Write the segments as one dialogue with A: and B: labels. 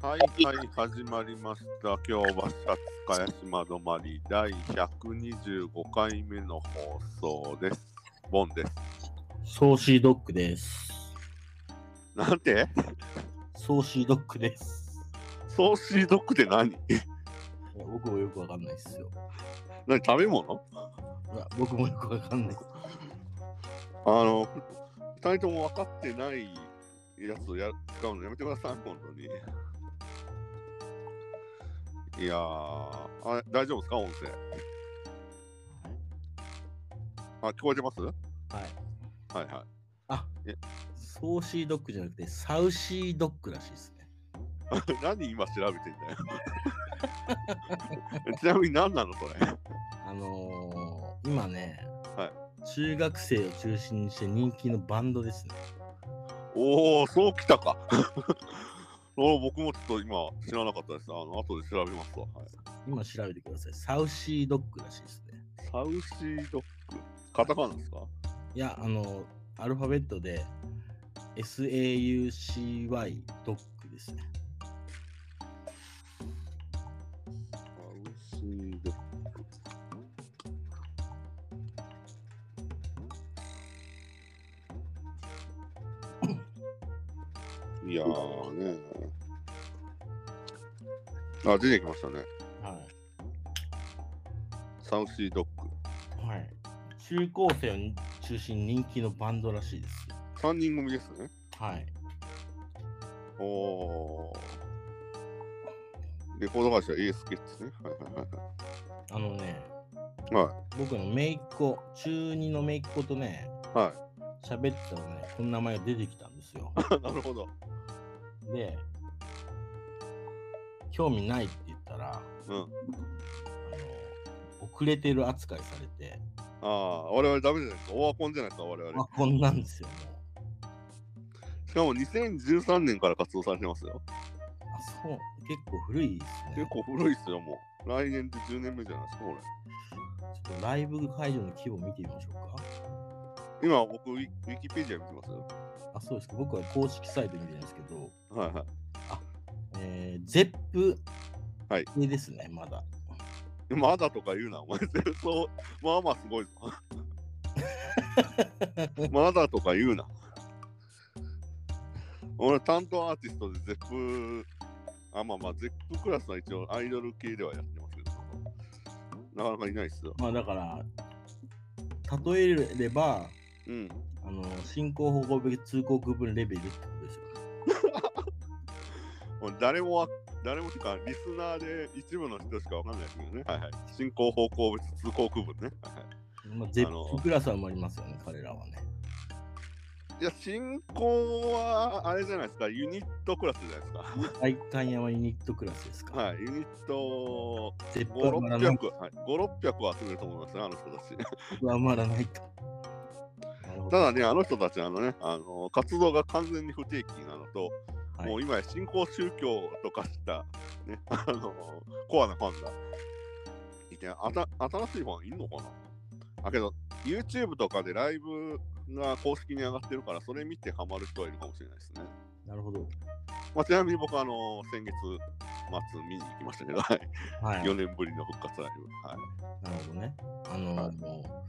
A: はいはい始まりました今日はシャツ茅島止まり第125回目の放送ですボンです
B: ソーシードッグです。
A: なんて
B: ソーシードッグです。
A: ソーシードッグって何
B: いや僕もよくわかんないですよ。
A: 何食べ物
B: いや僕もよくわかんない。
A: あの2人とも分かってないやつをや使うのやめてください本当にいやーあれ大丈夫ですか音声あ聞こえてますはい
B: はい。
A: はい
B: ソーシードッグじゃなくて、サウシードッグらしいですね。
A: 何今調べてんだよ ちなみに何なのそれ
B: あのー、今ね、
A: は
B: 中学生を中心にして人気のバンドですね。
A: おおそうきたか おー僕もちょっと今知らなかったですあの後で調べますわ、はい、
B: 今調べてください。サウシードッグらしいですね。
A: サウシードッグカタカナですか
B: いや、あのー、アルファベットで SAUCY ドッグですね。
A: サウシードッグいやーねあ出てきましたね
B: はい。
A: サウシードッグ
B: はい。中高生を中心に人気のバンドらしいですよ。
A: 3人組ですね
B: はい。
A: おおー。レコード会社 A スケッチね。はいはいはいは
B: あのね、
A: はい
B: 僕の姪っ子、中2の姪っ子とね、
A: は
B: 喋ってたらね、この名前が出てきたんですよ。
A: い。 なるほど。
B: で、興味ないって言ったら、
A: うん。
B: あの遅れてる扱いされて、
A: ああ、我々ダメじゃないですか。オワコンじゃないですか、我
B: まあ
A: 々。
B: こんなんですよ、も
A: しかも2013年から活動されてますよ。
B: う。あ、そう、結構古いです
A: 結
B: ね。
A: 構古いっすよ、もう。来年で10年目じゃないですか、こ
B: ちょっとライブ会場の規模見てみましょうか。
A: れ。今、僕、ウィウィキペディア見てますよ。
B: あ、そうですか。僕は公式サイト見てないんですけど、
A: はいはい。
B: えー、ゼップ
A: はい
B: 系ですね、まだ。
A: まだとか言うな、お前。そう、まあまあすごいぞ。まだとか言うな。俺、担当アーティストで ZEP、あ、まあまあ、ZEP クラスは一応アイドル系ではやってますけど、なかなかいないっすよ。
B: まあだから、例えれば、
A: うん。
B: あの進行方向別通行区分レベルってことですよ。
A: もう誰もわ、誰もってか、リスナーで一部の人しかわかんないですけどね。はいはい。進行方向別通行区分ね。はいはい。
B: まあ、ゼ
A: あの
B: ップクラスはもありますよね、彼らは ね。
A: いや、進行は、あれじゃないですか、ユニットクラスじゃないですか。
B: 体感山ユニットクラスですか。
A: はい、ユニット
B: ゼップはまらない。
A: 5600、はい、5、600は集めると思いますね、あの人たち。
B: はまらないと。なるほど
A: ただね、あの人たち、あのね、あの活動が完全に不定期なのと、
B: はい
A: もう今や新興宗教とかした、ね、 あの、コアなファンが。いて、あた新しいファンいんのかなあ、けど、YouTube とかでライブが公式に上がってるから、それ見てハマる人はいるかもしれないですね。
B: なるほど。
A: まあ、ちなみに僕、あの、先月末見に行きましたけど、はい、
B: はい。
A: 4年ぶりの復活ライブ。はい
B: なるほどね。あの、
A: はい
B: もう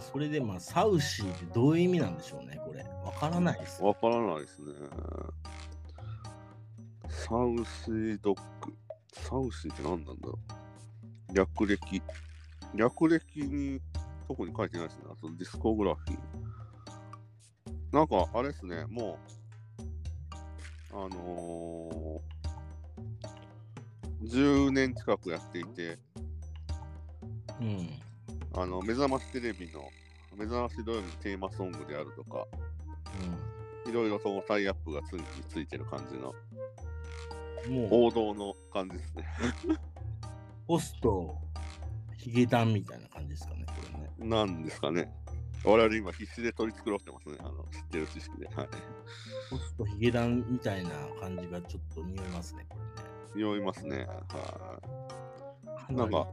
B: それでまあ、サウシーってどういう意味なんでしょうね、これ。わからないですよ。
A: わからないですね。サウシードッグ。サウシーって何なんだろう略歴。略歴に特に書いてないですね。あとディスコグラフィー。なんかあれですね、もう、あのー、10年近くやっていて、
B: うん。
A: あの、目覚ましテレビの、目覚まし土曜日のテーマソングであるとか、いろいろそのタイアップがつについてる感じの
B: うん、もう。
A: 王道の感じですね。
B: ポスト、ヒゲダンみたいな感じですかね、これね。
A: なんですかね。我々今必死で取り繕ってますね。あの知ってる知識で。はい。
B: ポスト、ヒゲダンみたいな感じがちょっと匂いますね、これね。
A: 匂いますね。は
B: か
A: い。
B: な
A: な
B: り
A: んか、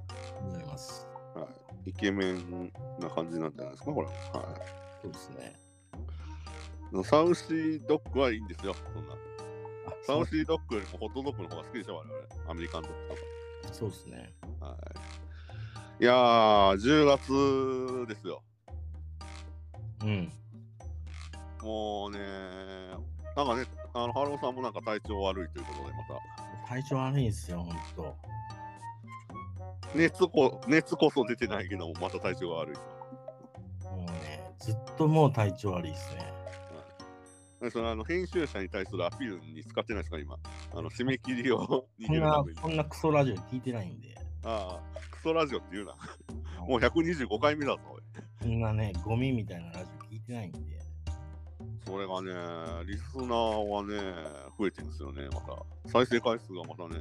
B: 匂います。
A: はい、イケメンな感じなんじゃないですか、これ。は
B: そうですね。
A: い。サウシードッグはいいんですよ。そんな。サウシードッグよりもホットドッグの方が好きでしょ、我々。アメリカンドッグと
B: そうですね。
A: か。はい。いやー、10月ですよ。
B: うん。
A: もうねなんかね、あの、ハローさんもなんか体調悪いということで、また。
B: 体調悪いんですよ、ほんと。
A: 熱こ、熱こそ出てないけども、また体調が悪い。
B: もうね、ずっともう体調悪いですね。
A: でそのあの編集者に対するアピールに使ってないですか、今。あの締め切りを逃
B: こ
A: げ
B: ん
A: るた
B: な
A: めに、。
B: こんなクソラジオ聞いてないんで。
A: ああ、クソラジオって言うな。もう125回目だぞ、おい
B: こんなね、ゴミみたいなラジオ聞いてないんで。
A: それがね、リスナーはね、増えてるんですよね、また。再生回数がまたね、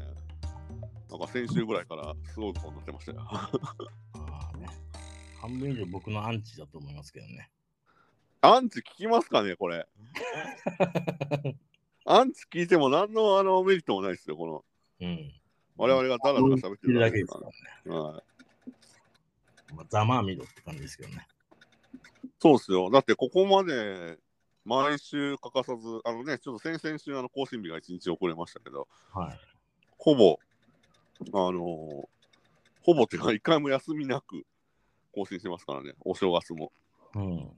A: なんか先週ぐらいからすごいことになってましたよ。
B: まあね、半分以上僕のアンチだと思いますけどね。
A: アンチ聞きますかね、こ れ。アンチ聞いても何のあのメリットもないですよ、この。
B: うん。
A: 我々がダラダラ喋ってる
B: だ
A: だ
B: け
A: け
B: で
A: ですす
B: か
A: から
B: ね。
A: ら。はい
B: まあ、ざまあみろって感じですけどね。
A: そうですよ。だってここまで毎週欠かさず、あのね、ちょっと先々週あの更新日が1日遅れましたけど、
B: はい。
A: ほぼ、あのーほぼっていうか、一回も休みなく更新してますからね、お正月も。
B: うん。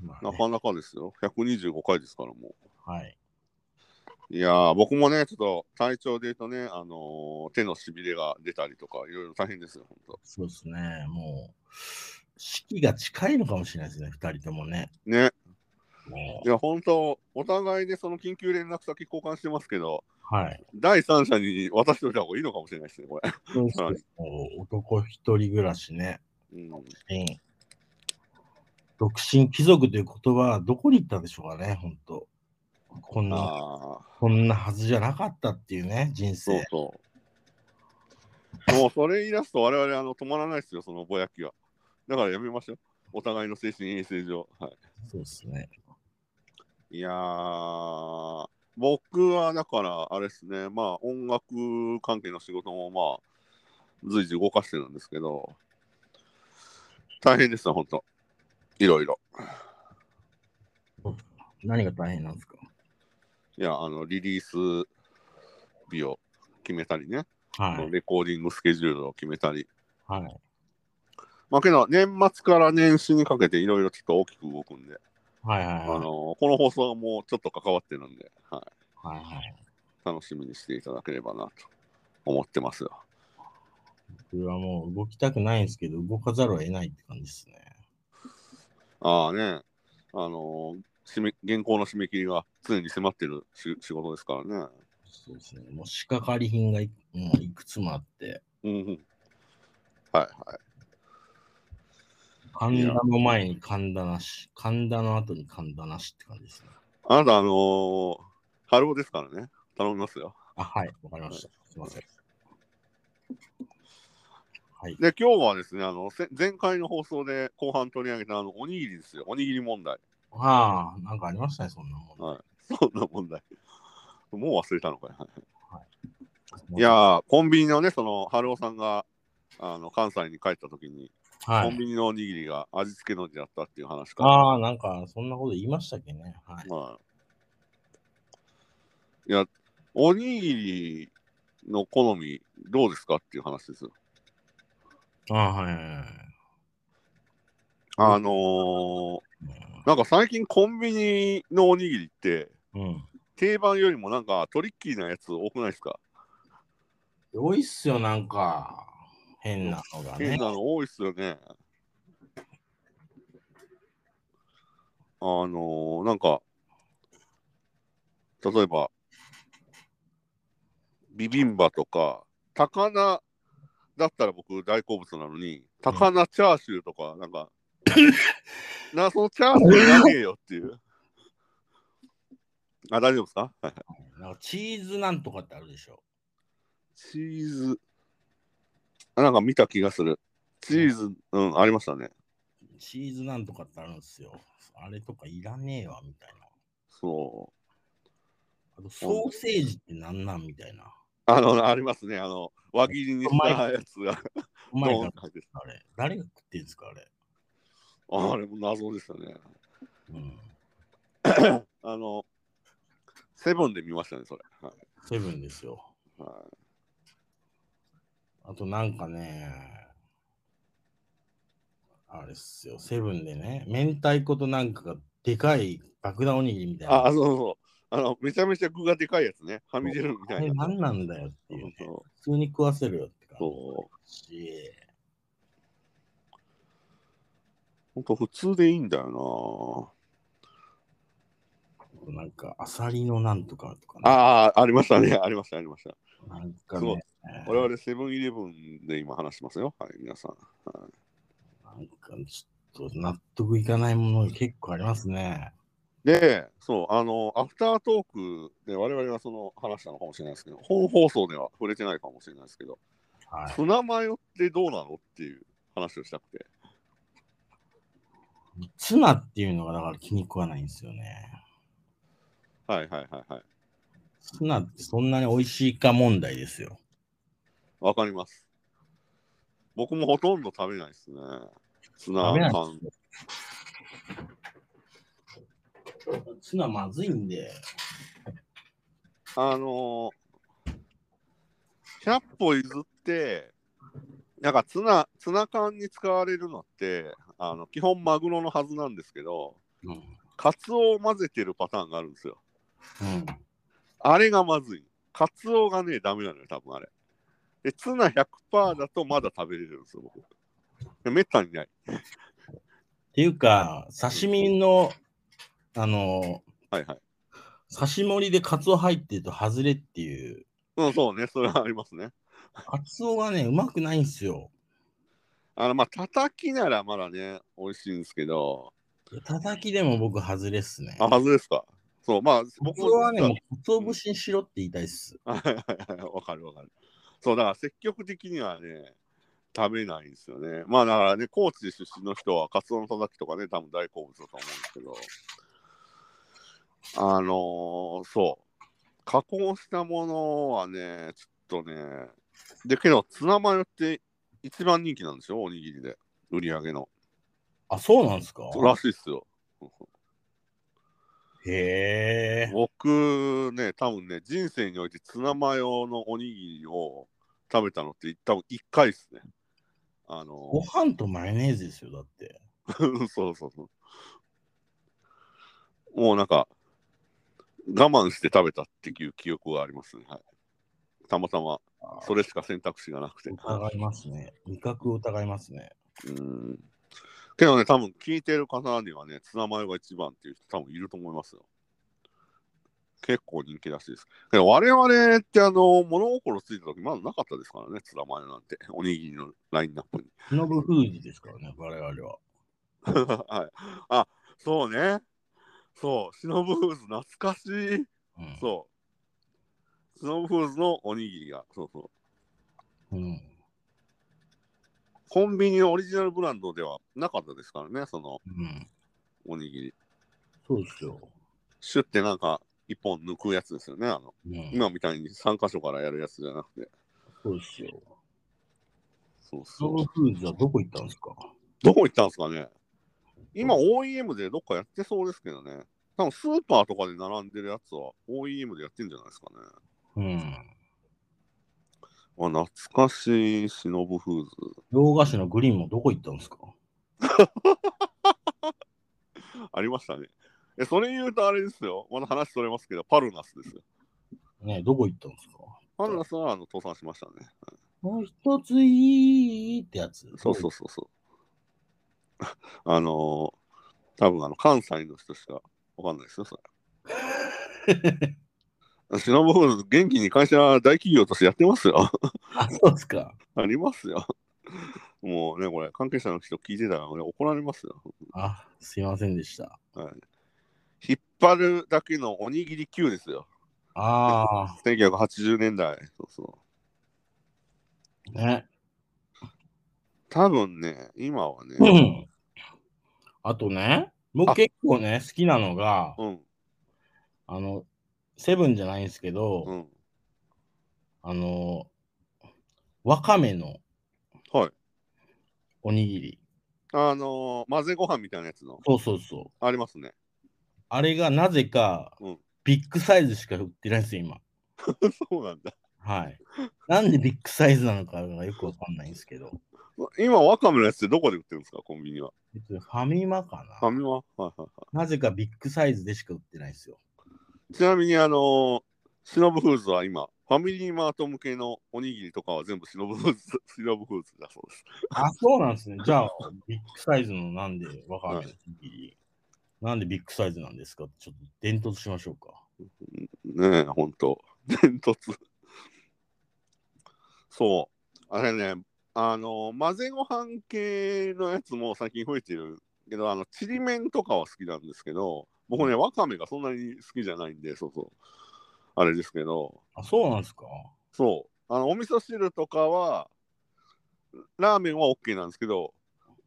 B: まあ
A: な
B: ね、
A: かなかですよ。125回ですから、も
B: はい。
A: う。いやー、僕もね、ちょっと体調で言うとね、あのー手のしびれが出たりとか、いろいろ大変ですよ、本当。
B: そうですね。もう、式が近いのかもしれないですね、二人ともね。
A: ね。
B: も
A: いや、本当お互いでその緊急連絡先交換してますけど、
B: うはい。
A: 第三者に渡しておいた方がいいのかもしれないですね、これ。
B: そうですねもう男一人暮らしね。
A: うん
B: うん独身貴族という言葉はどこに行ったんでしょうかね、本当こんな、
A: ああ、
B: こんなはずじゃなかったっていうね、人
A: そう
B: 生。
A: そう。もうそれ言い出すと我々あの止まらないですよ、そのぼやきは。だからやめましょう。お互いの精神衛生上。は
B: そうですね。
A: い、いやー、僕はだからあれですね、まあ音楽関係の仕事もまあ随時動かしてるんですけど、大変ですよ、ほんと。いろいろ。
B: 何が大変なんですか
A: いや、あの、リリース日を決めたりね、
B: はい。
A: レコーディングスケジュールを決めたり、
B: はい。
A: まあけど、年末から年始にかけていろいろちょっと大きく動くんで、
B: はいは
A: あ
B: い
A: の
B: はい。
A: この放送はもうちょっと関わってるんで、は
B: はいはい、
A: い、楽しみにしていただければなと思ってますよ。
B: 僕はもう動きたくないんですけど、動かざるを得ないって感じですね。
A: ああね、あの締め原稿の締め切りが常に迫ってるし仕事ですからね。
B: そうですね。もう仕掛かり品がい,、もういくつもあって、
A: うんうん。はいはい。
B: 神田の前に神田なし、神田の後に神田なしって感じですね。
A: あなた、あのー、春尾ですからね、頼みますよ。
B: あ、はい、わかりました。すいません。はい。
A: で、今日はですね、あのせ前回の放送で後半取り上げたあのおにぎりですよ、おにぎり問題。
B: ああ、なんかありましたね、そんなもん。
A: はい そんな問題。もう忘れたのかよ。い
B: は
A: やー、コンビニのね、その、春尾さんが、あの、関西に帰った時に、
B: い、
A: コンビニのおにぎりが味付けのりだったっていう話から。
B: ああ、なんか、そんなこと言いましたっけね。はい。
A: はい。いや、おにぎりの好み、どうですかっていう話ですよ。
B: ああ、はいはいはい。
A: あのー、なんか最近コンビニのおにぎりって、
B: うん。
A: 定番よりもなんかトリッキーなやつ多くないですか
B: 多いっすよ、なんか。変なのがね
A: 変。なの多いっすよね。あのー、なんか、例えば、ビビンバとか、高菜だったら僕大好物なのに、高菜チャーシューとか、なんか、なそのチャーシュー投げよっていう。あ、大丈夫ですかはい
B: なんかチーズなんとかってあるでしょ。
A: チーズ、あなんか見た気がする。チーズ、うん、ありましたね。
B: チーズなんとかってあるんですよ。あれとかいらねえわ、みたいな。
A: そう。
B: あと、ソーセージってなんなんみたいな。
A: あの、ありますね。あの、輪切りにしたやつが、
B: お
A: ド
B: 前
A: ーン
B: が
A: って入ってる
B: あれ。誰が食ってんですか、あれ。
A: ああれも謎ですよね。
B: うん。
A: あの、セブンで見ましたね、それ。はい
B: セブンですよ。
A: は
B: あとなんかね、あれっすよ、セブンでね、明太子となんかがでかい爆弾おにぎりみた
A: い
B: いな。
A: あ、そうそう。あの、めちゃめちゃ具がでかいやつね。はみ出るみ
B: あ
A: たい
B: れ
A: な。
B: 何なんだよっていうね。
A: そうそう
B: 普通に食わせるよって感
A: そう。
B: じし。
A: ほんと普通でいいんだよ
B: あとなんか、アサリのなんとかとか
A: な
B: ね。
A: ああ、ありましたね。ありました、ありました。
B: なんか
A: そ
B: ね
A: う。我々セブンイレブンで今話しますよ。はい、皆さん。
B: なんかちょっと納得いかないものが結構ありますね。
A: で、そう、あの、アフタートークで我々はその話したのかもしれないですけど、本放送では触れてないかもしれないですけど、
B: はい。
A: ツナマヨってどうなのっていう話をしたくて。
B: ツナっていうのがだから気に食わないんですよね。
A: はいはいはいはい。
B: ツナってそんなに美味しいか問題ですよ。
A: わかります。僕もほとんど食べないですね。ツナ
B: 食べない
A: 缶。
B: ツナまずいんで。
A: あのー、100歩譲って、なんかツナ、ツナ缶に使われるのって、あの基本マグロのはずなんですけど、
B: うん。
A: カツオを混ぜてるパターンがあるんですよ。
B: うん、
A: あれがまずい。カツオがね、ダメなのよ、多分あれ。で、ツナ100%だとまだ食べれるんですよ、僕。でめったにない。
B: っていうか、刺身の、あの、
A: はいはい。
B: 刺し盛りでカツオ入ってると外れっていう、
A: うん、そうね、それはありますね。
B: カツオがね、うまくないんですよ。
A: あの、まあ、叩きならまだね、美味しいんですけど、
B: 叩きでも僕、外れっすね。
A: あ、はずですか。そう、まあ、
B: 僕
A: 僕
B: はね、
A: 実
B: もうカツオ節にしろって言いたいっす。
A: はいはい はい、わかるわかる。そう、だから積極的にはね、食べないんですよね。まあだからね、高知出身の人はカツオのたたきとかね、多分大好物だと思うんですけど、あのーそう、加工したものはね、ちょっとね、で、けど、ツナマヨって一番人気なんでしょ、おにぎりで、売り上げの。
B: あ、そうなんですから
A: しいっすよ。
B: へえ。
A: 僕ね、多分ね、人生においてツナマヨのおにぎりを食べたのって、多分1回ですね。あの、
B: ご飯とマヨネーズですよ、だって。
A: そうそうそう。もうなんか、我慢して食べたっていう記憶がありますね。はい、たまたま、それしか選択肢がなくて。
B: 疑いますね。味覚を疑いますね。
A: うん。けどね、多分聞いてる方にはね、ツナマヨが一番っていう人多分いると思いますよ。結構人気らしいです。けど我々ってあの、物心ついた時まだなかったですからね、ツナマヨなんて。 おにぎりのラインナップに。
B: 忍ぶフーズですからね、我々は。
A: はい。あ、そうね。そう、シノブフーズ懐かしい。
B: うん
A: そう。シノブフーズのおにぎりが、そうそう。
B: うん。
A: コンビニのオリジナルブランドではなかったですからね、その
B: うん。
A: おにぎり。
B: そうですよ。
A: シュッてなんか、一本抜くやつですよね、あの。
B: うん。
A: 今みたいに3箇所からやるやつじゃなくて。
B: そうですよ。
A: そう
B: 忍
A: そ
B: ぶ
A: う。
B: フーズはどこ行ったんですか
A: どこ行ったんですかね今 OEM でどっかやってそうですけどね。多分スーパーとかで並んでるやつは OEM でやってんじゃないですかね。
B: うん。
A: あ懐かしいシノブフーズ。
B: 洋菓子のグリーンもどこ行ったんですか
A: ありましたね。え、それ言うとあれですよ。まだ話それますけど、パルナスですよ。
B: ねどこ行ったんですか
A: パルナスはあの倒産しましたね。
B: もう一ついいってやつ。
A: そうそうそうそう。 あのー、多分あの関西の人しかわかんないですよ、そ れ。シノブフーズ、元気に会社大企業としてやってますよ。
B: あ、そうですか。
A: ありますよ。もうね、これ、関係者の人聞いてたら、俺怒られますよ。
B: あ、すいませんでした。
A: はい、引っ張るだけのおにぎり級ですよ。
B: あ
A: 1980年代。そうそう。
B: あ、ね。
A: 多分ね、今は
B: う
A: ね、
B: んあとね、僕
A: あ
B: 結構ね、好きなのが、
A: うん、
B: あの、セブンじゃないんですけど、
A: うん、
B: あの、わかめの
A: はい。
B: おにぎり。
A: あのー混ぜご飯みたいなやつの、
B: そうそうそう。
A: ありますね。
B: あれがなぜか、
A: うん
B: ビッグサイズしか売ってないんですよ、今。
A: そうなんだ。
B: はい。なんでビッグサイズなのかがよくわかんないんですけど。
A: 今、ワカメのやつってどこで売ってるんですか、コンビニは。
B: えっとファミマか
A: ファ
B: な
A: ミマはいはいは
B: なぜかビッグサイズでしか売ってないんですよ。
A: い。ちなみに、あのー、シノブフーズは今、ファミリーマート向けのおにぎりとかは全部シノブフーズ、 シノブフーズだそうです。
B: あ、そうなんですね。じゃあ、ビッグサイズのなんでわかんない、なんでビッグサイズなんですかちょっと伝統しましょうか。
A: ねえ、ほんと。伝突。そう。あれね、あの、混ぜご飯系のやつも最近増えてるけど、あの、ちりめんとかは好きなんですけど、僕ね、わかめがそんなに好きじゃないんで、そうそう。あれですけど、
B: あ、そうなんですか
A: そう。あの、お味噌汁とかは、ラーメンは OK なんですけど、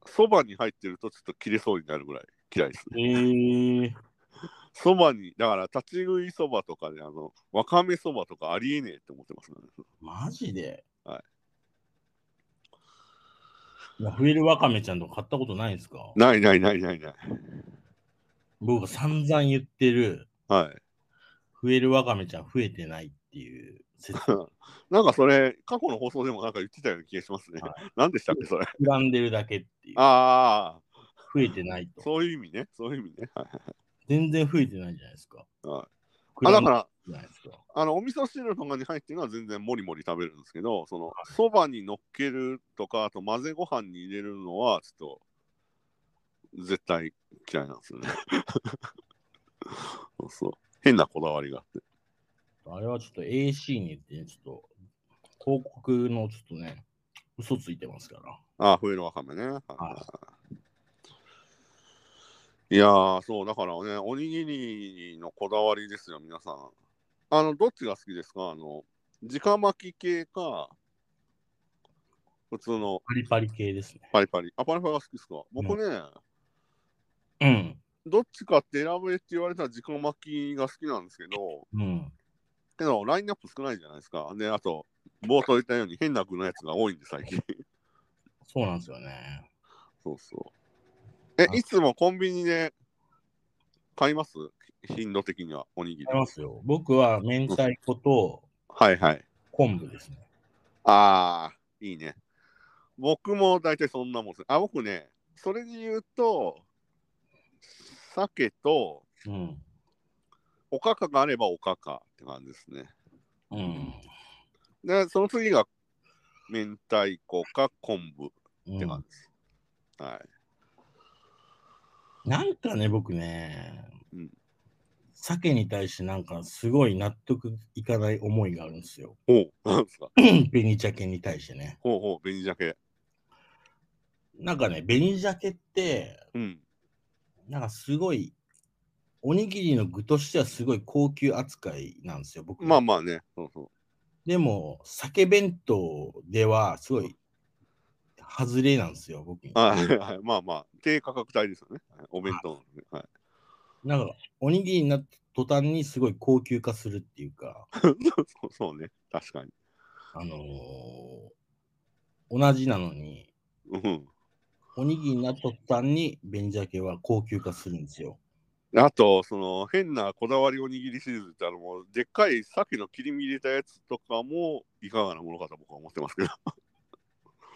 A: そばに入ってるとちょっと切れそうになるぐらい嫌いですね。
B: えー、
A: そばに、だから立ち食いそばとかで、あの、わかめそばとかありえねえって思ってますね。
B: マジで。
A: はい
B: いや、フエルワカメちゃんとか買ったことないんですか
A: ないないないないない。
B: 僕が散々言ってる、
A: はい。
B: 増えるワカメちゃん増えてないっていう説
A: なんかそれ、過去の放送でもなんか言ってたような気がしますね。
B: は
A: 何でしたっけ、それ。
B: 膨らんでるだけっていう。
A: ああ、
B: 増えてないと。
A: そういう意味ね。そういう意味ね。はい
B: 全然増えてないじゃないですか。
A: はい
B: 膨
A: あ
B: ら
A: だ
B: ん
A: か
B: で
A: ら、
B: るじゃないですか。
A: あの、お味噌汁とかに入ってるのは全然もりもり食べるんですけど、その、そばに乗っけるとか、あと混ぜご飯に入れるのは、ちょっと、絶対嫌いなんですよ ね。そうそう。変なこだわりがあって。
B: あれはちょっと AC に言って、ちょっと広告のちょっとね、嘘ついてますから。
A: ああ、冬のわかめね。はいいやー、そう、だからね、おにぎりのこだわりですよ、皆さん。あの、どっちが好きですかあの、直巻き系か、普通の
B: パリパリ系ですね。
A: パリパリ。あ、パリパリが好きですか僕ね、
B: うん。
A: どっちかって選べって言われたら直巻きが好きなんですけど、
B: うん。
A: けど、ラインナップ少ないじゃないですか。で、あと、冒頭言ったように変な具のやつが多いんで、最近。
B: そうなんですよね。
A: そうそう。え
B: あ、
A: いつもコンビニで買います頻度的には、おにぎり
B: あ。りますよ。僕は明太子と
A: はいはい。
B: 昆布ですね。
A: ああ、いいね。僕も大体そんなもんです。あ、僕ね、それで言うと、鮭と
B: うん。
A: おかかがあればおかかって感じですね。
B: うん。
A: で、その次が明太子か昆布
B: うん
A: って感じです。はい。
B: なんかね、僕ね、
A: うん
B: 鮭に対してなんかすごい納得いかない思いがあるんですよ。
A: ほう、なんですか。
B: 紅鮭に対してね。
A: ほうほう、紅鮭。
B: なんかね、紅鮭って、
A: うん。
B: なんかすごい、おにぎりの具としてはすごい高級扱いなんですよ、僕は。
A: まあまあね。そうそう。
B: でも、鮭弁当ではすごい、外れなんですよ、僕に。
A: はいはい、まあまあ、低価格帯ですよね。はいお弁当のね、はい。
B: なんか、おにぎりになった途端にすごい高級化するっていうか、
A: そうそうね、確かに。
B: あのー同じなのに、
A: うん。
B: おにぎりになった途端に紅鮭は高級化するんですよ。
A: あと、その変なこだわりおにぎりシリーズってあのもうでっかい鮭の切り身入れたやつとかもいかがなものかと僕は思ってますけど、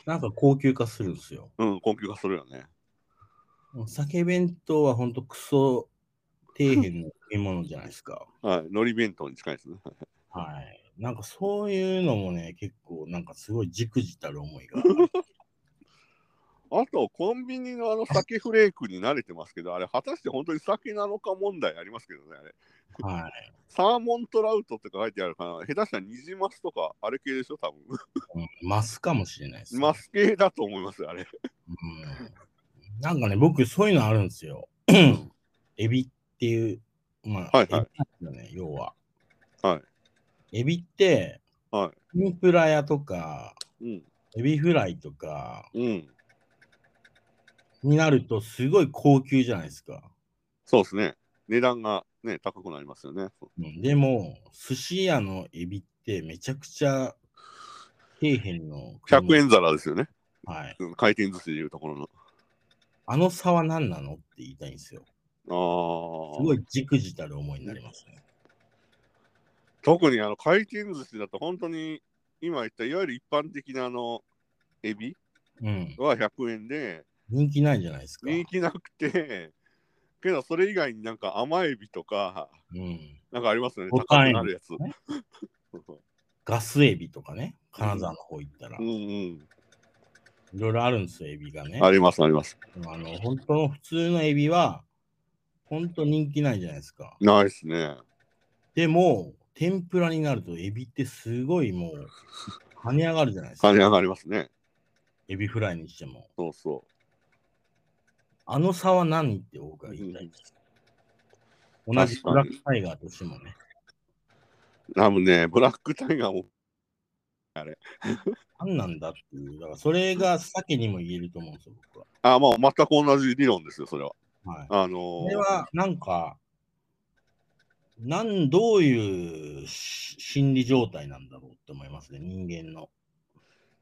B: なんか高級化するんですよ。
A: うん、高級化するよね。
B: 酒弁当はほんとクソ底辺の食い物じゃないですか。
A: はい、海苔弁当に近いですね。はい
B: はい。なんかそういうのもね、結構なんかすごいじくじたる思 いがある。
A: あと、コンビニのあの鮭フレークに慣れてますけど、あれ、果たして本当に鮭なのか問題ありますけどね、あれ。
B: はい。
A: サーモントラウトって書いてあるから、下手したらニジマスとか、あれ系でしょ、多分。
B: うんマスかもしれないです、
A: マス系だと思いますよ、あれ。
B: うん。なんかね、僕そういうのあるんで すよ。エビっていう、まあ、
A: はいはい
B: エビなんですよね、要は。。
A: はい
B: エビって、
A: は
B: 天ぷら屋とか、
A: うん。
B: エビフライとか
A: うん。
B: になるとすごい高級じゃないですか。
A: そうですね。値段がね、高くなりますよね。
B: うんでも、寿司屋のエビってめちゃくちゃ底辺の食い物
A: 100円皿ですよね。
B: はい。
A: うん回転寿司でいうところ
B: あの差は何なのって言いたいんですよ。す
A: の。ああ。
B: ごいじくじたる思いになりますね。
A: 特にあの回転寿司だと本当に今言ったいわゆる一般的なあのエビ
B: うん。
A: は100円で
B: 人気ないんじゃないですか。
A: 人気なくてけどそれ以外になんか甘エビとか
B: うん。
A: なんかありますよね
B: ボタンエビ
A: 高くなるやつ、
B: ね
A: そうそう
B: ガスエビとかね、金沢の方行ったら、
A: うん
B: いろいろあるんですよ、エビがね
A: うん。ありますあります
B: でもあの、本当の普通のエビは、本当人気ないじゃないですか。
A: ないですね
B: でも、天ぷらになるとエビってすごいもう、跳ね上がるじゃないです
A: 跳
B: か。
A: ね上がりますね
B: エビフライにしても。
A: そうそ
B: あの差は何って僕は言いたいです。
A: ん
B: 同じブ
A: 確
B: ラ
A: か
B: ッ
A: に
B: クタイガーとしてもね。
A: う多分ねブラックタイガーも
B: 何なんだっていう。だからそれが鮭にも言えると思うんですよ、僕は。
A: あまあ全く同じ理論ですよそれは
B: はい。
A: あ
B: こ
A: の
B: れ
A: ー
B: はなんか、なんどういうし心理状態なんだろうって思いますね、人間の。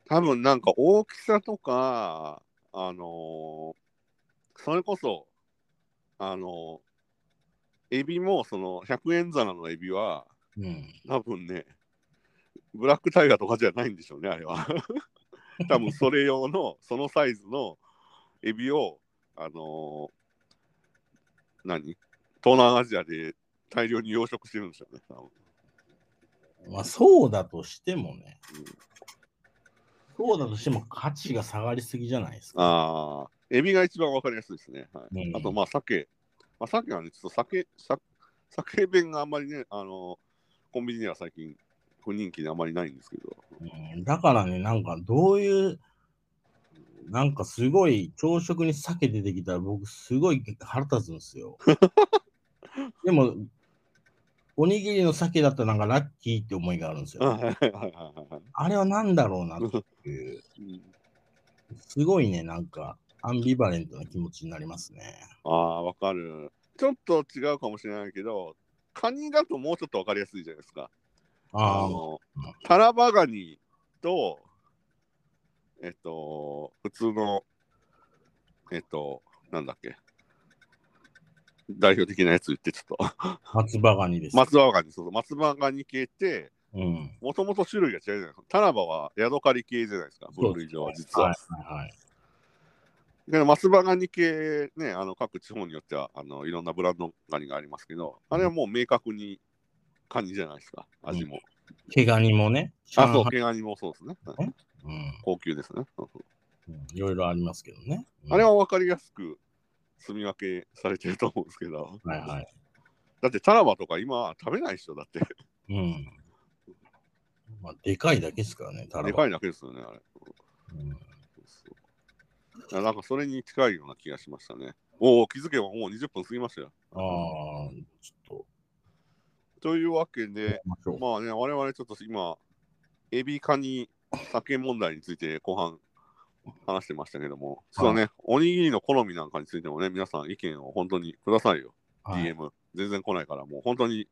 A: 多分なんか大きさとか、あのーそれこそ、あのーエビもその100円皿のエビは、
B: うん。
A: 多分ね、ブラックタイガーとかじゃないんでしょうね、あれ は。多分それ用の、そのサイズのエビを、あのー何東南アジアで大量に養殖してるんですよね、多分。
B: まあそうだとしてもね、そうだとしても価値が下がりすぎじゃないですか。
A: ああ、エビが一番わかりやすいですね。はい
B: うん
A: あと、まあ、鮭。まあ、鮭はね、ちょっと鮭、さ鮭弁があんまりね、あの、コンビニでは最近、不人気であんまりないんですけど。
B: うんだからね、なんかどういう、なんかすごい朝食に鮭出てきたら僕すごい腹立つんで すよ。でも、おにぎりの鮭だったらなんかラッキーって思いがあるんです
A: あはい
B: よ。
A: はいはいはいは
B: あれは何だろうなってい
A: い
B: う。
A: うん
B: すごいね、なんか、アンビバレントな気持ちになりますね。
A: ああ、わかる。ちょっと違うかもしれないけど、カニだともうちょっとわかりやすいじゃないですか。
B: ああ、
A: の、タラバガニと、えっと、普通の、えっと、なんだっけ。代表的なやつ言って、ちょっと。
B: 松葉ガニです。
A: 松葉ガニ、そうそう、松葉ガニ系って、
B: うん。
A: もともと種類が違うじゃないですか。タラバはヤドカリ系じゃないですか、分類上は実は。
B: はいはいはい。
A: で松葉ガニ系、ね、あの各地方によってはあのいろんなブランドガニがありますけど、あれはもう明確にカニじゃないですか、味も。
B: 毛ガニもね、
A: あ、そ
B: 上
A: う、
B: 海
A: 毛ガニもそうですね。
B: えうん
A: 高級ですね。そうそう
B: うん。いろいろありますけどね。うん
A: あれは分かりやすく住み分けされてると思うんですけど、
B: はいはい。
A: だってタラバとか今は食べないでしょ、だって。
B: うん。まあ、でかいだけですからね、タラ
A: で
B: バ。
A: かいだけですよね、あれ。
B: うん
A: そうなんかそれに近いような気がしましたね。おお、気づけばもう20分過ぎましたよ。
B: ああ、ちょっ
A: というわけ
B: と、行
A: で
B: き、ましょう。
A: まあね、我々ちょっと今、エビカニ酒問題について後半話してましたけども、そうね、おにぎりの好みなんかについてもね、皆さん意見を本当にくださいよ、
B: はい
A: DM。全然来ないから、もう本当に、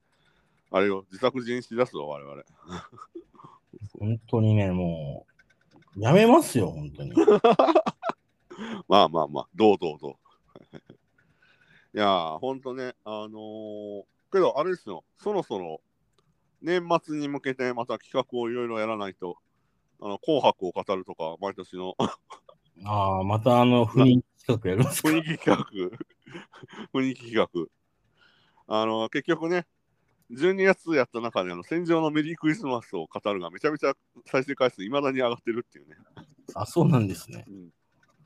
A: あれを自作自演し出すよ、我々。
B: 本当にね、もう、やめますよ、本 当に。
A: まあまあまあ、どうどう どう。いやー、ほんとね、あのーけどあれですよ、そろそろ年末に向けてまた企画をいろいろやらないと、あの紅白を語るとか、毎年の
B: ああ、またあの、不倫企画やるんですか
A: 雰囲気企画、 雰囲気企画。あのー結局ね、12月やった中であの戦場のメリークリスマスを語るがめちゃめちゃ再生回数いまだに上がってるっていうね。
B: あ、そうなんですね。
A: うん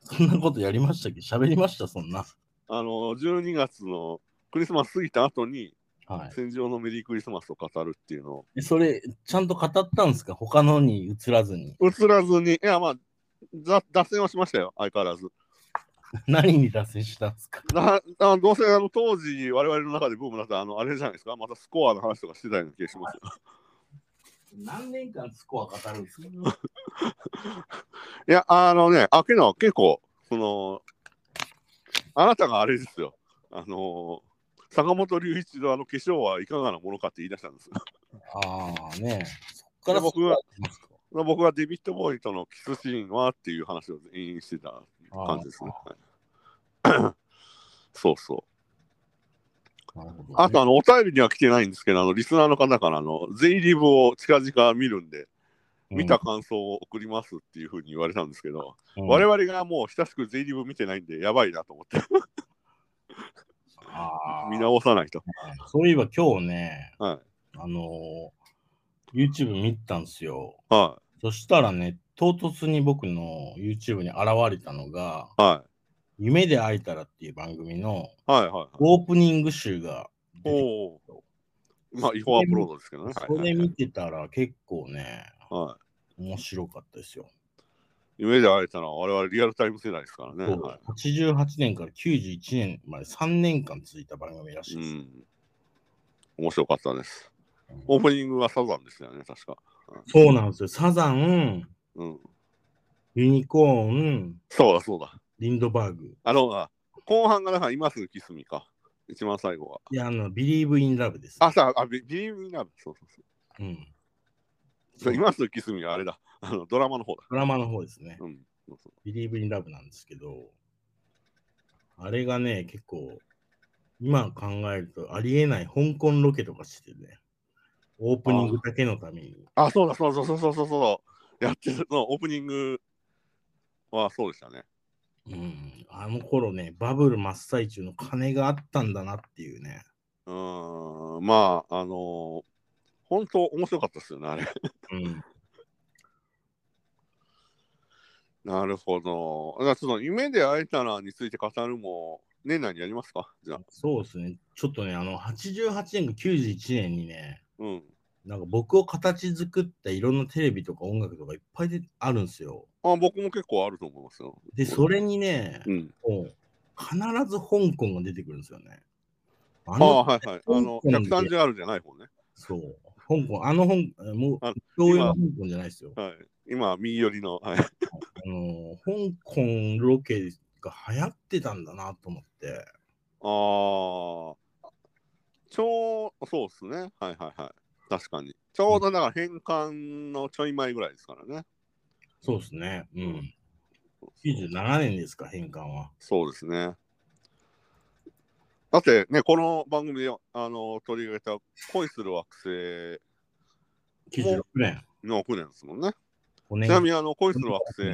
B: そんなことやりましたっけ喋りました、そんな。
A: あのー12月のクリスマス過ぎた後に
B: はい。
A: 戦場のメリークリスマスを語るっていうのを
B: えそれ、ちゃんと語ったんですか他のに移らずに。
A: 映らずに、いや、まあ、ざ脱線はしましたよ、相変わらず。
B: 何に脱線したんですか
A: なあどうせあの当時、我々の中でブームだったあのあれじゃないですか、またスコアの話とかしてたような気がしますよ。
B: 何年間スコア語るんですか
A: いや、あのね、あけど結構、その、あなたがあれですよ、あの坂本龍一のあの化粧はいかがなものかって言い出したんです。
B: ああねそっから
A: 僕は
B: スコアですか
A: 僕はデビッド・ボーイとのキスシーンはっていう話を延々してた 感じですね。はいそうそう。
B: なるほどね
A: あと、あの、お便りには来てないんですけど、あの、リスナーの方から、あの、ゼイリブを近々見るんで、見た感想を送りますっていうふうに言われたんですけど、
B: うん、
A: 我
B: 々
A: 々がもう親しくゼイリブ見てないんで、やばいなと思って、見直さないと。
B: そういえば今日ね、
A: は
B: あのー YouTube 見たんですよ。
A: は
B: そしたらね、唐突に僕の YouTube に現れたのが、
A: い、はい、
B: 夢で会えたらっていう番組の
A: はい、はい。
B: オープニング集が出て
A: おお。まあ、違法アップロードですけどね。はい
B: そ
A: は
B: れ
A: い
B: 見てたら結構ね、
A: は
B: 面白かったですよ。
A: い。夢で会えたのは我々リアルタイム世代ですからね。
B: そう
A: は
B: 88年から91年まで3年間続いた番組ら
A: い、
B: し
A: う
B: いです。
A: ん。面白かったです。オープニングはサザンでしたよね、確か。
B: そうなんですよ。サザン、
A: うん。
B: ユニコーン、
A: そうだ、そうだ。
B: リンドバーグ。
A: あの、あ後半がだから今すぐキスミか。一番最後は。
B: いや、あの、Believe in Love です、
A: あ、さあ、ビビリーミーナブ。そうそうそう
B: うん。
A: そう。今すぐキスミはあれだ。あの、ドラマの方だ。
B: ドラマの方ですね。
A: うん。そうそう
B: Believe in Love なんですけど、あれがね、結構、今考えるとありえない香港ロケとかしてね、オープニングだけのために、
A: あ、そうだ、そうそうそうそうそうそう。やってるの、オープニングはそうでしたね。
B: うん、あの頃ね、バブル真っ最中の金があったんだなっていうね、
A: うーん、まあ、あのー本当面白かったですよね、あれ。
B: うん、
A: なるほど。だからその夢で会えたらについて語るも、年内にやりますかじゃあ。
B: そうですね、ちょっとね、あの88年か91年にね、
A: うん。
B: なんか僕を形作ったいろんなテレビとか音楽とかいっぱいであるんですよ。
A: あ僕も結構あると思いますよ。
B: で、それにね、
A: うん。
B: もう必ず香港が出てくるんですよね。あ
A: あ
B: の
A: はいはい。あの、130あるじゃない方ね。
B: そう。香港、あの香港、もう
A: あ、
B: 同様の香港じゃないですよ。
A: はい。今、右寄りの。はい。
B: あの、香港ロケが流行ってたんだなと思って、
A: あーちょう、そうですね。はいはいはい。確かに。ちょうどだから返還のちょい前ぐらいですからね。
B: そうですね。うん。97年ですか、返還は。
A: そうですね。だってね、この番組であの取り上げた恋する惑
B: 96年。
A: 星の9年ですもんね。
B: 5
A: ち
B: 年
A: なみにあの恋する惑星、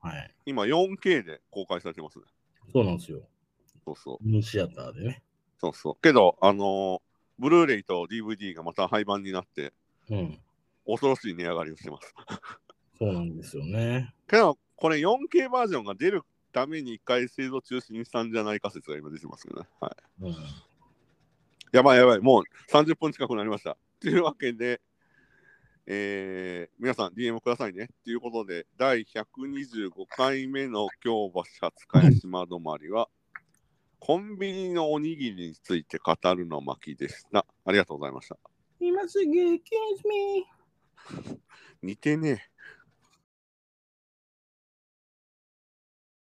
B: はい。
A: 今 4K で公開されてますね。
B: そうなんですよ。
A: そうそう。
B: ミニシアターでね。
A: そうそう。けど、あのーブルーレイと DVD がまた廃盤になって、
B: うん。
A: 恐ろしい値上がりをしてます。
B: そうなんですよね。
A: けど、これ 4K バージョンが出るために一回製造中止にしたんじゃないか説が今出てますよね。はい。
B: うん。
A: やばいやばい、もう30分近くなりました。というわけで、えー皆さん DM くださいね。ということで、第125回目の京橋初返島止まりは、コンビニのおにぎりについて語るの巻でした。ありがとうございました。
B: 今すぐ、excuse me.
A: 似てねえ。